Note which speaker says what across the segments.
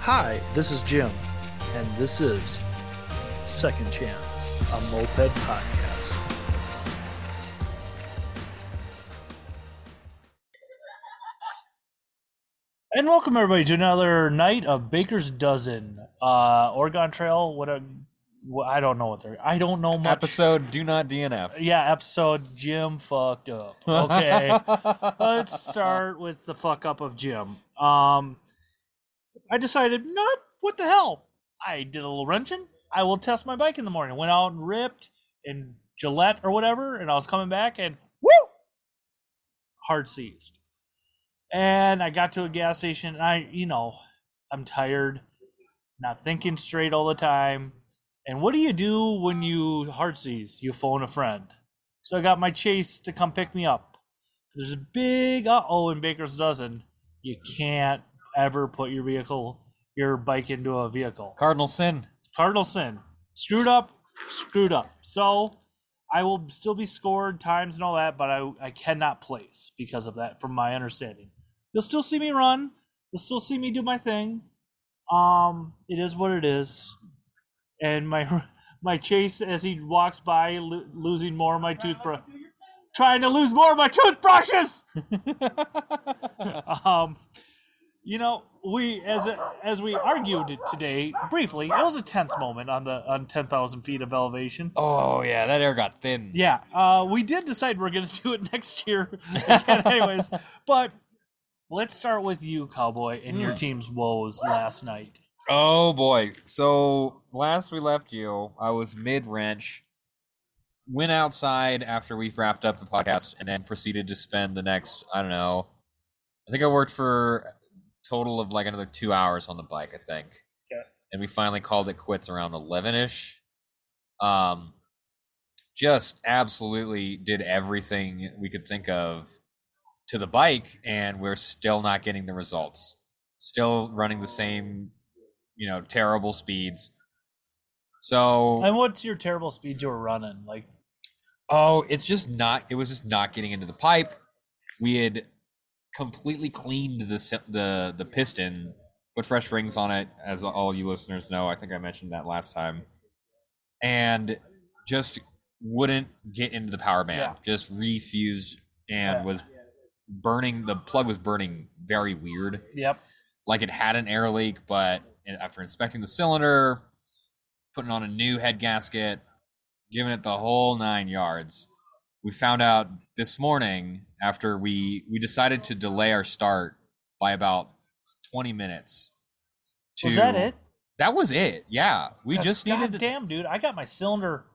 Speaker 1: Hi, this is Jim, and this is Second Chance, a moped podcast. And welcome everybody to another night of Baker's Dozen, uh, Oregon Trail. What a, what, I don't know what they're. I don't know much.
Speaker 2: episode do not DNF.
Speaker 1: Yeah, episode Jim fucked up. Okay. Let's start with the fuck up of Jim. Um I decided not what the hell. I did a little wrenching. I will test my bike in the morning. Went out and ripped and Gillette or whatever, and I was coming back and woo hard seized. And I got to a gas station and I you know, I'm tired, not thinking straight all the time. And what do you do when you hard seize? You phone a friend. So I got my chase to come pick me up. There's a big uh oh in Baker's Dozen. You can't ever put your vehicle, your bike into a vehicle.
Speaker 2: Cardinal sin.
Speaker 1: Cardinal sin. Screwed up, screwed up. So I will still be scored times and all that, but I, I cannot place because of that, from my understanding. You'll still see me run. You'll still see me do my thing. Um, it is what it is. And my my chase as he walks by, lo- losing more of my toothbrush, trying to lose more of my toothbrushes. um, you know, we as as we argued today briefly, it was a tense moment on the on ten thousand feet of elevation.
Speaker 2: Oh yeah, that air got thin.
Speaker 1: Yeah, uh, we did decide we're going to do it next year, again anyways. But let's start with you, Cowboy, and your
Speaker 2: Hmm.
Speaker 1: team's woes last night.
Speaker 2: Oh boy. So last we left you, I was mid wrench. Went outside after we wrapped up the podcast, and then proceeded to spend the next I don't know. I think I worked for a total of like another two hours on the bike. I think.
Speaker 1: Okay.
Speaker 2: And we finally called it quits around eleven ish. Um, just absolutely did everything we could think of to the bike, and we're still not getting the results. Still running the same you know terrible speeds so
Speaker 1: And what's your terrible speed you were running? Like,
Speaker 2: oh it's just not it was just not getting into the pipe we had completely cleaned the se- the the piston put fresh rings on it as all you listeners know i think i mentioned that last time and just wouldn't get into the power band
Speaker 1: Yeah.
Speaker 2: just refused and
Speaker 1: Yeah.
Speaker 2: was burning the plug was burning very weird
Speaker 1: yep,
Speaker 2: like it had an air leak, but after inspecting the cylinder, putting on a new head gasket, giving it the whole nine yards, we found out this morning after we we decided to delay our start by about twenty minutes.
Speaker 1: was that it?
Speaker 2: That was it. Yeah, we
Speaker 1: 'Cause
Speaker 2: just needed. to-
Speaker 1: Damn, dude, I got my cylinder.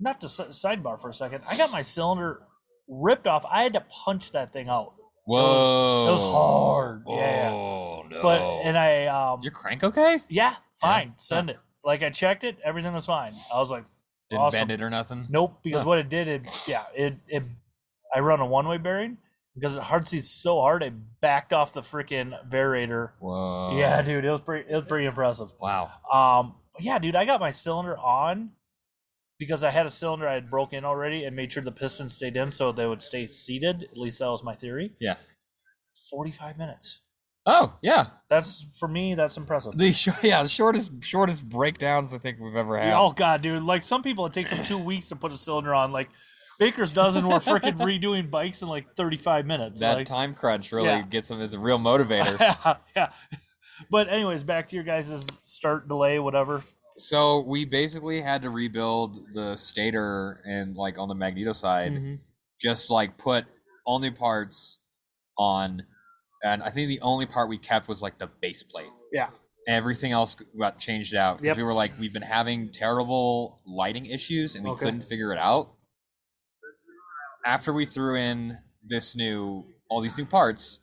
Speaker 1: Not to si- sidebar for a second, I got my cylinder ripped off. I had to punch that thing out.
Speaker 2: Whoa,
Speaker 1: It was hard.
Speaker 2: Oh
Speaker 1: yeah, yeah.
Speaker 2: no!
Speaker 1: but and I um,
Speaker 2: your crank okay?
Speaker 1: yeah, fine, send it. Like I checked it, everything was fine. I was like.
Speaker 2: Didn't
Speaker 1: Awesome.
Speaker 2: bend it or nothing.
Speaker 1: Nope, because
Speaker 2: Huh.
Speaker 1: what it did, it yeah, it it I run a one way bearing because it hard seats so hard it backed off the freaking variator.
Speaker 2: Whoa.
Speaker 1: yeah, dude, it was pretty it was pretty impressive.
Speaker 2: Wow.
Speaker 1: Um, but yeah, dude, I got my cylinder on because I had a cylinder I had broken already and made sure the pistons stayed in so they would stay seated. At least that was my theory.
Speaker 2: Yeah.
Speaker 1: forty five minutes.
Speaker 2: Oh yeah.
Speaker 1: That's for me. That's impressive.
Speaker 2: The shor- yeah, the shortest shortest breakdowns I think we've ever had.
Speaker 1: Oh god, dude! Like some people, it takes them two weeks to put a cylinder on. Like Baker's dozen were freaking redoing bikes in like thirty-five minutes.
Speaker 2: that
Speaker 1: like,
Speaker 2: time crunch really
Speaker 1: Yeah.
Speaker 2: gets them. It's a real motivator.
Speaker 1: yeah, yeah. But anyways, back to your guys' start delay, whatever.
Speaker 2: so we basically had to rebuild the stator and like on the magneto
Speaker 1: Mm-hmm.
Speaker 2: side, just like put all new parts on, and I think the only part we kept was like the base plate.
Speaker 1: Yeah.
Speaker 2: Everything else got changed out because
Speaker 1: Yep.
Speaker 2: we were like we've been having terrible lighting issues and we
Speaker 1: Okay.
Speaker 2: couldn't figure it out. After we threw in this new all these new parts,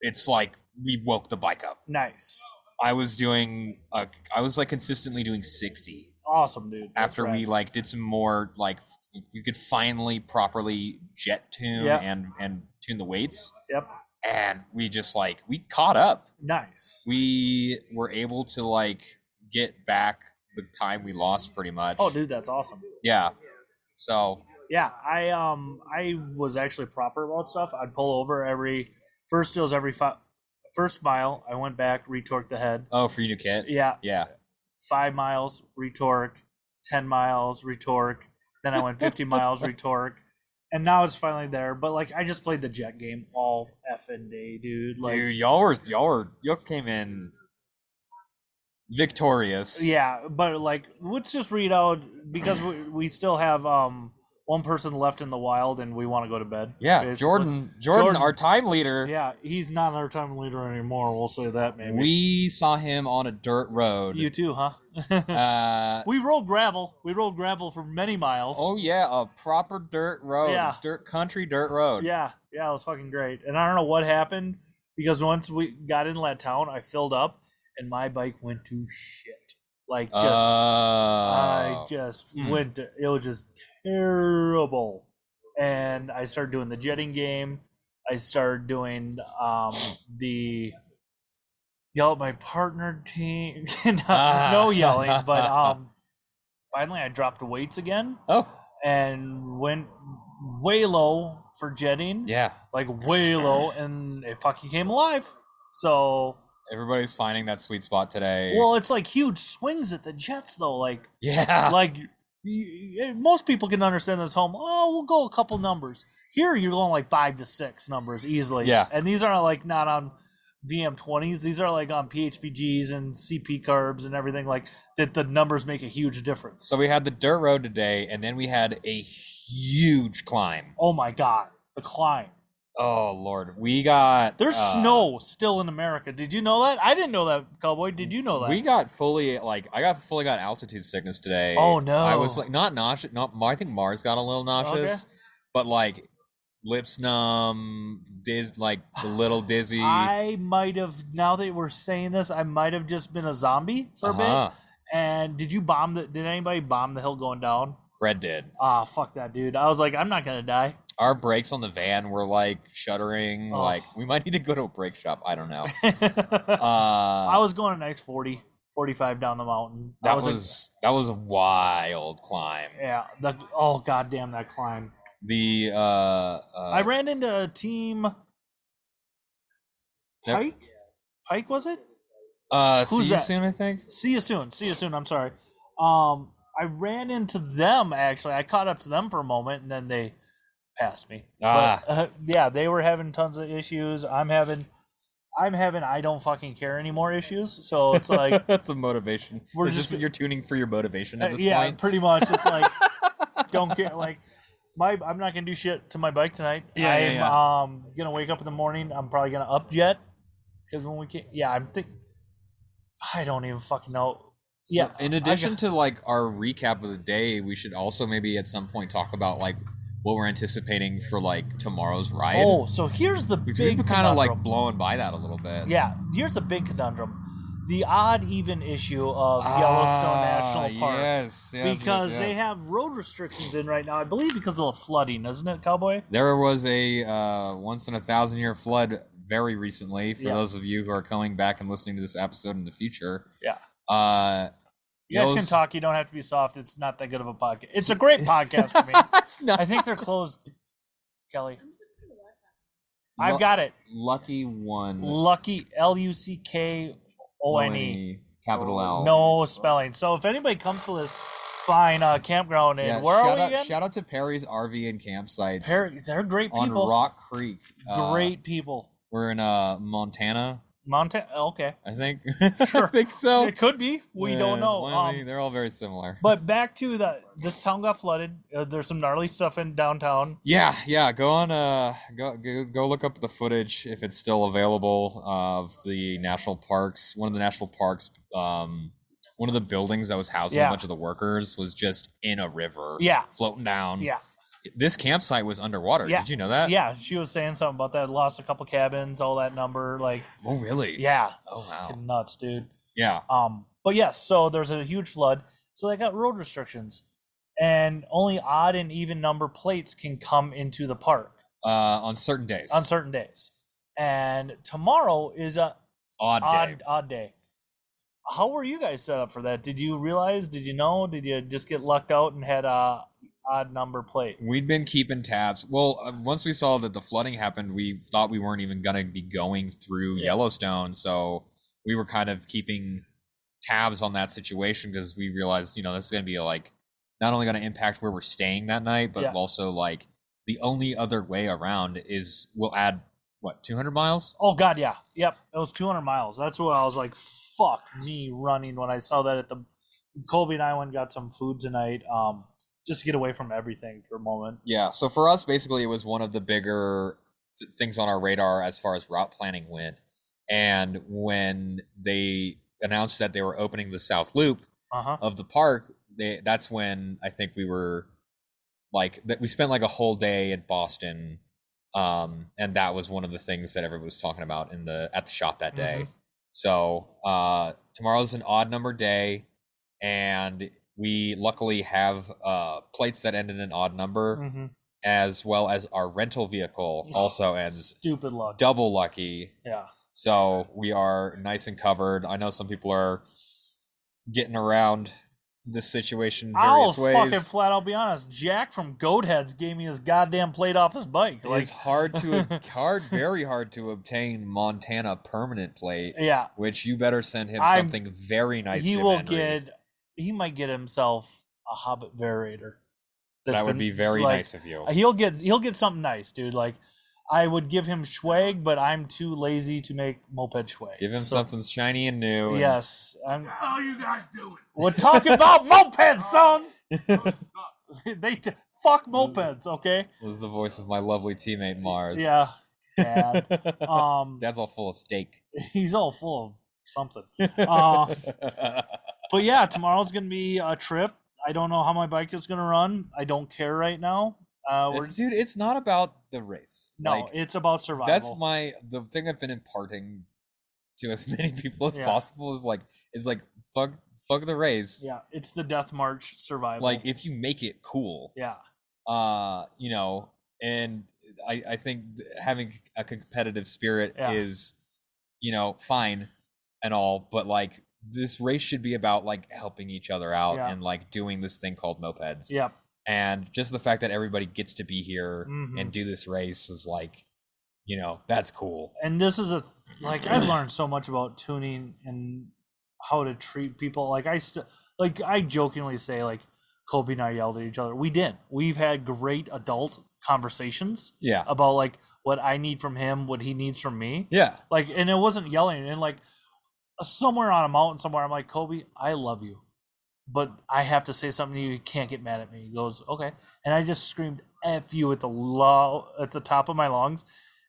Speaker 2: it's like we woke the bike up.
Speaker 1: Nice,
Speaker 2: I was doing uh, I was like consistently doing 60
Speaker 1: awesome, dude. That's
Speaker 2: after we
Speaker 1: right.
Speaker 2: like did some more like f- you could finally properly jet tune
Speaker 1: Yeah.
Speaker 2: and and tune the weights
Speaker 1: Yep.
Speaker 2: and we just like we caught up
Speaker 1: Nice.
Speaker 2: we were able to like get back the time we lost pretty much
Speaker 1: Oh, dude, that's awesome.
Speaker 2: yeah so
Speaker 1: Yeah, I um I was actually proper about stuff. I'd pull over every first it was every five First mile, I went back, retorqued the head.
Speaker 2: Oh, for your new kit?
Speaker 1: Yeah,
Speaker 2: Yeah.
Speaker 1: five miles, retorque, 10 miles, retorque. Then I went 50 miles, retorque. And now it's finally there. But like, I just played the jet game all effing day, dude. Like,
Speaker 2: Dude, y'all were y'all were y'all came in victorious.
Speaker 1: yeah, but like, let's just read out because we, we still have um one person left in the wild and we want to go to bed.
Speaker 2: Yeah,
Speaker 1: basically.
Speaker 2: Jordan, Jordan,
Speaker 1: Jordan-
Speaker 2: our time leader.
Speaker 1: Yeah, he's not our time leader anymore. We'll say that maybe.
Speaker 2: we saw him on a dirt road.
Speaker 1: you too, huh?
Speaker 2: uh,
Speaker 1: we rolled gravel. We rolled gravel for many miles.
Speaker 2: oh yeah, a proper dirt road,
Speaker 1: Yeah.
Speaker 2: dirt country dirt road.
Speaker 1: Yeah, yeah, it was fucking great. And I don't know what happened because once we got into that town, I filled up and my bike went to shit. Like
Speaker 2: Uh,
Speaker 1: just, I
Speaker 2: Oh.
Speaker 1: just
Speaker 2: Hmm.
Speaker 1: went. To, it was just terrible. And I started doing the jetting game. I started doing um the yell at my partner team. no,
Speaker 2: Ah.
Speaker 1: no yelling, but um, finally I dropped weights again
Speaker 2: oh
Speaker 1: and went way low for jetting
Speaker 2: yeah,
Speaker 1: like way low, and it fucking came alive. So,
Speaker 2: everybody's finding that sweet spot today.
Speaker 1: well, it's like huge swings at the Jets, though. Like,
Speaker 2: yeah,
Speaker 1: like y- y- most people can understand this home. Oh, we'll go a couple numbers. Here, you're going like five to six numbers easily.
Speaker 2: Yeah.
Speaker 1: and these are like not on VM twenties. These are like on PHPGs and CP carbs and everything like that. The numbers make a huge difference.
Speaker 2: so we had the dirt road today, and then we had a huge climb.
Speaker 1: oh my god, the climb.
Speaker 2: Oh lord, we got
Speaker 1: There's
Speaker 2: uh,
Speaker 1: snow still in America. Did you know that? I didn't know that, cowboy. Did you know that?
Speaker 2: We got fully like I got fully got altitude sickness today.
Speaker 1: Oh, no.
Speaker 2: I was like not nauseous. Not I think Mars got a little nauseous, but like lips numb, diz like a little dizzy.
Speaker 1: I might have now that we're saying this, I might have just been a zombie for a bit.
Speaker 2: Uh-huh.
Speaker 1: And did you bomb the did anybody bomb the hill going down?
Speaker 2: Fred did.
Speaker 1: Ah, fuck that dude. I was like, I'm not gonna die.
Speaker 2: Our brakes on the van were like shuddering.
Speaker 1: Oh.
Speaker 2: Like we might need to go to a brake shop. I don't know.
Speaker 1: I
Speaker 2: Uh,
Speaker 1: was going a nice 40, 45 down the mountain. I
Speaker 2: that was,
Speaker 1: was, like,
Speaker 2: that was a wild climb.
Speaker 1: yeah, the, oh goddamn that climb.
Speaker 2: The uh, uh
Speaker 1: I ran into a team
Speaker 2: Yep.
Speaker 1: Pike? Pike was it?
Speaker 2: uh
Speaker 1: who's
Speaker 2: see you
Speaker 1: that?
Speaker 2: soon. I think.
Speaker 1: See you soon. See you soon. I'm sorry. Um, I ran into them actually. I caught up to them for a moment, and then they passed me.
Speaker 2: Ah.
Speaker 1: But, uh, yeah, they were having tons of issues. I'm having, I'm having. I don't fucking care anymore issues. So it's like, uh,
Speaker 2: that's a motivation.
Speaker 1: We're
Speaker 2: It's
Speaker 1: just- Uh,
Speaker 2: you're tuning for your motivation at this
Speaker 1: yeah,
Speaker 2: point.
Speaker 1: pretty much. It's like, don't care. Like, my I'm not gonna do shit to my bike tonight.
Speaker 2: Yeah, yeah,
Speaker 1: I'm
Speaker 2: yeah.
Speaker 1: um gonna wake up in the morning. I'm probably gonna up jet because when we can, yeah, I'm think. I don't even fucking know.
Speaker 2: So
Speaker 1: Yeah,
Speaker 2: in
Speaker 1: I
Speaker 2: addition
Speaker 1: got-
Speaker 2: to like our recap of the day, we should also maybe at some point talk about like what we're anticipating for like tomorrow's ride.
Speaker 1: Oh, so here's the
Speaker 2: Because
Speaker 1: big
Speaker 2: we've kind of like
Speaker 1: conundrum.
Speaker 2: blowing by that a little bit.
Speaker 1: yeah. Here's the big conundrum: the odd even issue of
Speaker 2: Ah,
Speaker 1: Yellowstone National Park
Speaker 2: Yes, yes, yes,
Speaker 1: because they
Speaker 2: yes.
Speaker 1: have road restrictions in right now. I believe because of the flooding, isn't it, Cowboy?
Speaker 2: There was a uh, once in a thousand year flood very recently. For
Speaker 1: Yeah.
Speaker 2: those of you who are coming back and listening to this episode in the future,
Speaker 1: Yeah.
Speaker 2: uh,
Speaker 1: You guys can
Speaker 2: Yellows-
Speaker 1: talk. You don't have to be soft. It's not that good of a podcast. It's a great podcast for me.
Speaker 2: it's not
Speaker 1: I think they're closed. Kelly,
Speaker 2: Lu-
Speaker 1: I've got it.
Speaker 2: lucky one.
Speaker 1: Lucky L U C K O N E.
Speaker 2: L-E, capital L.
Speaker 1: No spelling. So if anybody comes to this fine uh, campground and where
Speaker 2: shout
Speaker 1: are we
Speaker 2: out,
Speaker 1: again?
Speaker 2: Shout out to Perry's RV and campsites
Speaker 1: Perry, they're great
Speaker 2: on
Speaker 1: people.
Speaker 2: Rock Creek. Uh,
Speaker 1: great people.
Speaker 2: We're in uh, Montana,
Speaker 1: Montana. Okay,
Speaker 2: I think. I
Speaker 1: Sure.
Speaker 2: think so.
Speaker 1: it could be. We
Speaker 2: Yeah,
Speaker 1: don't know.
Speaker 2: Wyoming,
Speaker 1: Um,
Speaker 2: they're all very similar.
Speaker 1: but back to the this town got flooded. Uh, there's some gnarly stuff in downtown.
Speaker 2: yeah, yeah. Go on. Uh, go, go go look up the footage if it's still available of the national parks. One of the national parks. Um, one of the buildings that was housing
Speaker 1: Yeah.
Speaker 2: a bunch of the workers was just in a river.
Speaker 1: Yeah.
Speaker 2: floating down.
Speaker 1: Yeah,
Speaker 2: this campsite was underwater.
Speaker 1: Yeah.
Speaker 2: Did you know that?
Speaker 1: yeah. She was saying something about that. Lost a couple cabins, all that number. Like,
Speaker 2: Oh, really?
Speaker 1: yeah.
Speaker 2: Oh, wow.
Speaker 1: Fucking nuts, dude.
Speaker 2: Yeah.
Speaker 1: Um, but yes, so there's a huge flood. So they got road restrictions, and only odd and even number plates can come into the park
Speaker 2: Uh, on certain days.
Speaker 1: on certain days. And tomorrow is a
Speaker 2: odd,
Speaker 1: odd
Speaker 2: day.
Speaker 1: odd day. How were you guys set up for that? Did you realize? Did you know? Did you just get lucked out and had uh, odd number plate.
Speaker 2: We'd been keeping tabs. Well, uh, once we saw that the flooding happened, we thought we weren't even going to be going through
Speaker 1: Yeah.
Speaker 2: Yellowstone. So we were kind of keeping tabs on that situation because we realized, you know, this is going to be like not only going to impact where we're staying that night, but
Speaker 1: Yeah.
Speaker 2: also like the only other way around is we'll add what 200 miles.
Speaker 1: Oh god, yeah, yep. It was 200 miles. That's what I was like, fuck me running when I saw that at the. Colby and I went and got some food tonight, um, just to get away from everything for a moment.
Speaker 2: Yeah. So for us, basically, it was one of the bigger th- things on our radar as far as route planning went. And when they announced that they were opening the South Loop
Speaker 1: Uh huh.
Speaker 2: of the park, they, that's when I think we were like that. We spent like a whole day in Boston, um, and that was one of the things that everybody was talking about in the at the shop that day.
Speaker 1: Mhm.
Speaker 2: So uh, tomorrow's an odd number day, and we luckily have uh, plates that end in an odd number
Speaker 1: hmm
Speaker 2: as well as our rental vehicle also ends
Speaker 1: Stupid luck.
Speaker 2: double lucky.
Speaker 1: yeah.
Speaker 2: So we are nice and covered. I know some people are getting around this situation
Speaker 1: I'll
Speaker 2: various
Speaker 1: fucking
Speaker 2: ways.
Speaker 1: flat out be honest. Jack from Goatheads gave me his goddamn plate off his bike. Like,
Speaker 2: it's hard to hard, very hard to obtain Montana permanent plate,
Speaker 1: yeah,
Speaker 2: which you better send him
Speaker 1: I'm-
Speaker 2: something very nice.
Speaker 1: he
Speaker 2: Jim
Speaker 1: will
Speaker 2: Henry.
Speaker 1: get. He might get himself a Hobbit variator.
Speaker 2: That would
Speaker 1: been-
Speaker 2: be very
Speaker 1: like,
Speaker 2: nice of you.
Speaker 1: Uh, He'll get he'll get something nice, dude. Like I would give him swag, but I'm too lazy to make moped swag.
Speaker 2: Give him
Speaker 1: So-
Speaker 2: something shiny and new. and-
Speaker 1: Yes, I'm,
Speaker 3: How you guys doing?
Speaker 1: we're talking about mopeds, son.
Speaker 3: Those suck.
Speaker 1: they t- fuck mopeds, okay?
Speaker 2: was the voice of my lovely teammate Mars.
Speaker 1: Yeah, dad. Um,
Speaker 2: That's all full of steak.
Speaker 1: he's all full of something. Uh, but yeah, tomorrow's gonna be a trip. I don't know how my bike is gonna run. I don't care right now. Uh, we're
Speaker 2: It's- dude, it's not about the race.
Speaker 1: no,
Speaker 2: Like,
Speaker 1: it's about survival.
Speaker 2: that's my the thing I've been imparting to as many people as
Speaker 1: Yeah.
Speaker 2: possible is like is like fuck fuck the race.
Speaker 1: yeah, it's the death march survival.
Speaker 2: Like if you make it cool,
Speaker 1: yeah,
Speaker 2: uh, you know, and I I think th- having a competitive spirit
Speaker 1: Yeah.
Speaker 2: is, you know, fine and all, but like this race should be about like helping each other out
Speaker 1: Yeah.
Speaker 2: and like doing this thing called mopeds.
Speaker 1: yep.
Speaker 2: and just the fact that everybody gets to be here
Speaker 1: Mhm.
Speaker 2: and do this race is like you know that's cool
Speaker 1: and this is a th- like I've learned so much about tuning and how to treat people. Like I st- like I jokingly say like Colby and I yelled at each other. We did. We've had great adult conversations
Speaker 2: yeah
Speaker 1: about like what I need from him, what he needs from me.
Speaker 2: yeah
Speaker 1: Like and it wasn't yelling and like somewhere on a mountain somewhere I'm like Kobe, I love you. But I have to say something to you. You can't get mad at me. He goes, okay, and I just screamed "f you" at the low, at the top of my lungs,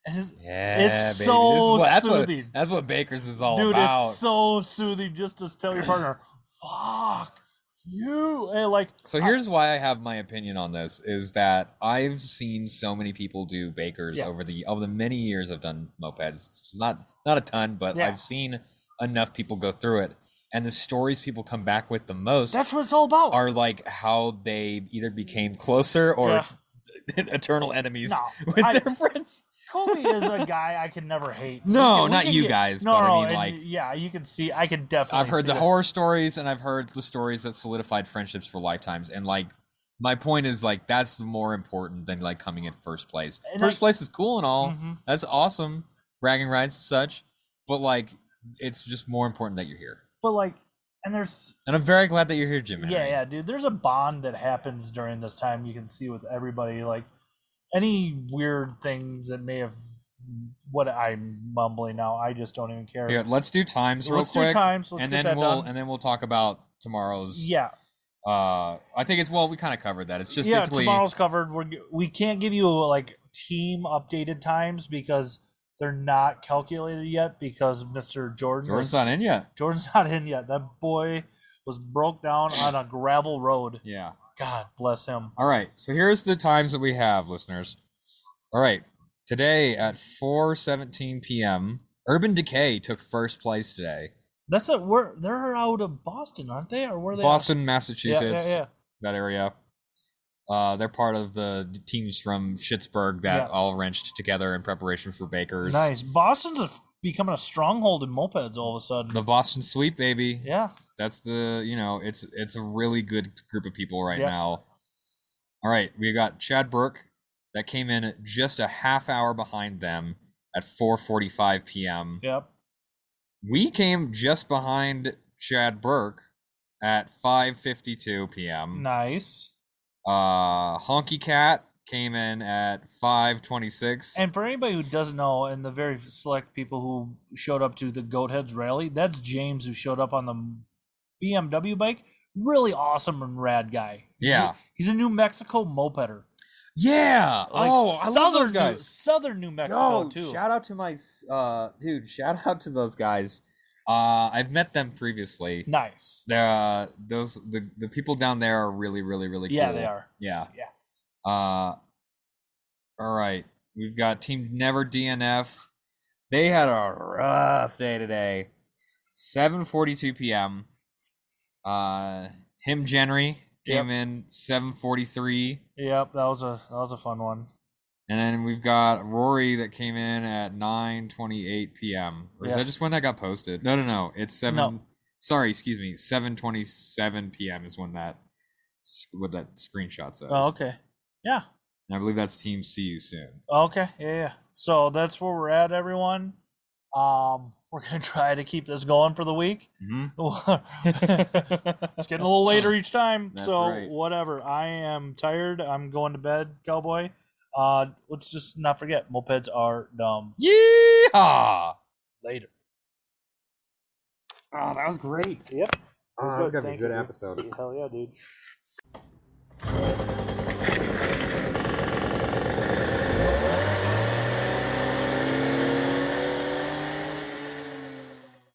Speaker 1: and his,
Speaker 2: yeah
Speaker 1: It's
Speaker 2: baby.
Speaker 1: so
Speaker 2: This is what- that's
Speaker 1: soothing.
Speaker 2: what that's what baker's is all
Speaker 1: dude
Speaker 2: about
Speaker 1: it's so soothing just to tell your partner fuck you and like
Speaker 2: so here's why i have my opinion on this is that i've seen so many people do bakers
Speaker 1: Yeah.
Speaker 2: over the over the many years i've done mopeds it's not not a ton but
Speaker 1: Yeah.
Speaker 2: i've seen enough people go through it and the stories people come back with the most
Speaker 1: that's what it's all about
Speaker 2: are like how they either became closer or
Speaker 1: Yeah.
Speaker 2: eternal enemies
Speaker 1: no
Speaker 2: with
Speaker 1: I-
Speaker 2: their friends.
Speaker 1: kobe is a guy i can never hate We
Speaker 2: No,
Speaker 1: can- we
Speaker 2: not
Speaker 1: can
Speaker 2: you
Speaker 1: get-
Speaker 2: guys,
Speaker 1: no
Speaker 2: but I
Speaker 1: no
Speaker 2: mean,
Speaker 1: and
Speaker 2: like-
Speaker 1: yeah you can see i can definitely
Speaker 2: I've heard
Speaker 1: see
Speaker 2: the
Speaker 1: that.
Speaker 2: horror stories and I've heard the stories that solidified friendships for lifetimes. And like, my point is like that's more important than like coming in first place.
Speaker 1: And
Speaker 2: first
Speaker 1: I-
Speaker 2: place is cool and all.
Speaker 1: Mhm.
Speaker 2: That's awesome, bragging rights and such. But like, it's just more important that you're here.
Speaker 1: but like and there's
Speaker 2: And I'm very glad that you're here, Jim.
Speaker 1: yeah
Speaker 2: Henry.
Speaker 1: yeah dude there's a bond that happens during this time you can see with everybody like any weird things that may have what i'm mumbling now i just don't even care
Speaker 2: Here, let's do times real
Speaker 1: let's
Speaker 2: quick,
Speaker 1: do times let's
Speaker 2: and
Speaker 1: get that
Speaker 2: then we'll
Speaker 1: done
Speaker 2: and then we'll talk about tomorrow's.
Speaker 1: yeah
Speaker 2: Uh, I think it's well. We kind of covered that. It's just
Speaker 1: yeah,
Speaker 2: basically
Speaker 1: tomorrow's covered. We're, g- we can't give you like team updated times because they're not calculated yet because Mr. Jordan was-
Speaker 2: Jordan's not in yet.
Speaker 1: Jordan's not in yet. That boy was broke down on a gravel road.
Speaker 2: Yeah.
Speaker 1: God bless him.
Speaker 2: All right. So here's the times that we have, listeners. All right. Today at 4:17 p.m., Urban Decay took first place today.
Speaker 1: That's it. We're they're out of Boston, aren't they? Or where are they? at?
Speaker 2: Boston,
Speaker 1: Oh, Yeah,
Speaker 2: Massachusetts,
Speaker 1: yeah, yeah.
Speaker 2: that area. Uh, they're part of the d- teams from Schittsburg that
Speaker 1: Yeah.
Speaker 2: all wrenched together in preparation for Baker's.
Speaker 1: Nice. Boston's a, becoming a stronghold in mopeds all of a sudden.
Speaker 2: The Boston Sweep, baby.
Speaker 1: yeah.
Speaker 2: That's the you know it's it's a really good group of people right
Speaker 1: Yeah.
Speaker 2: now. All right, we got Chad Burke that came in just a half hour behind them at 4:45 p.m.
Speaker 1: Yep.
Speaker 2: We came just behind Chad Burke at 5:52 p.m.
Speaker 1: Nice.
Speaker 2: Uh, Honky Cat came in at 5:26.
Speaker 1: And for anybody who doesn't know, and the very select people who showed up to the Goatheads rally, that's James who showed up on the BMW bike. Really awesome and rad guy.
Speaker 2: Yeah.
Speaker 1: He's a New Mexico mopeder.
Speaker 2: Yeah.
Speaker 1: Like
Speaker 2: oh, I love those
Speaker 1: New-
Speaker 2: guys.
Speaker 1: Southern New Mexico
Speaker 2: Yo,
Speaker 1: too.
Speaker 2: Shout out to my uh, dude. Shout out to those guys. Uh, I've met them previously.
Speaker 1: nice.
Speaker 2: They're uh, those the the people down there are really really really cool.
Speaker 1: yeah, they are.
Speaker 2: Yeah.
Speaker 1: Yeah.
Speaker 2: Uh, all right. We've got Team Never DNF. They had a rough day today. 7:42 p.m. Uh, him Jenry came in 7:43,
Speaker 1: Yep, that was a that was a fun one.
Speaker 2: and then we've got Rory that came in at 9:28 p.m. Or is
Speaker 1: Yeah.
Speaker 2: that just when that got posted? No, no, no. It's seven.
Speaker 1: No.
Speaker 2: Sorry, excuse me. 7:27 p.m. is when that s- what that screenshot says.
Speaker 1: Oh, okay. Yeah.
Speaker 2: And I believe that's Team See You Soon.
Speaker 1: Okay. Yeah, yeah. So that's where we're at, everyone. Um, we're gonna try to keep this going for the week.
Speaker 2: Mm-hmm.
Speaker 1: it's getting a little later each time,
Speaker 2: That's
Speaker 1: so
Speaker 2: right.
Speaker 1: whatever. I am tired. I'm going to bed, cowboy. Uh, let's just not forget mopeds are dumb.
Speaker 2: Yeehaw!
Speaker 1: Later.
Speaker 2: Oh, that was great.
Speaker 1: Yep. Good,
Speaker 2: Oh, that was gonna be a
Speaker 1: thank
Speaker 2: good
Speaker 1: you.
Speaker 2: episode.
Speaker 1: Hell yeah, dude.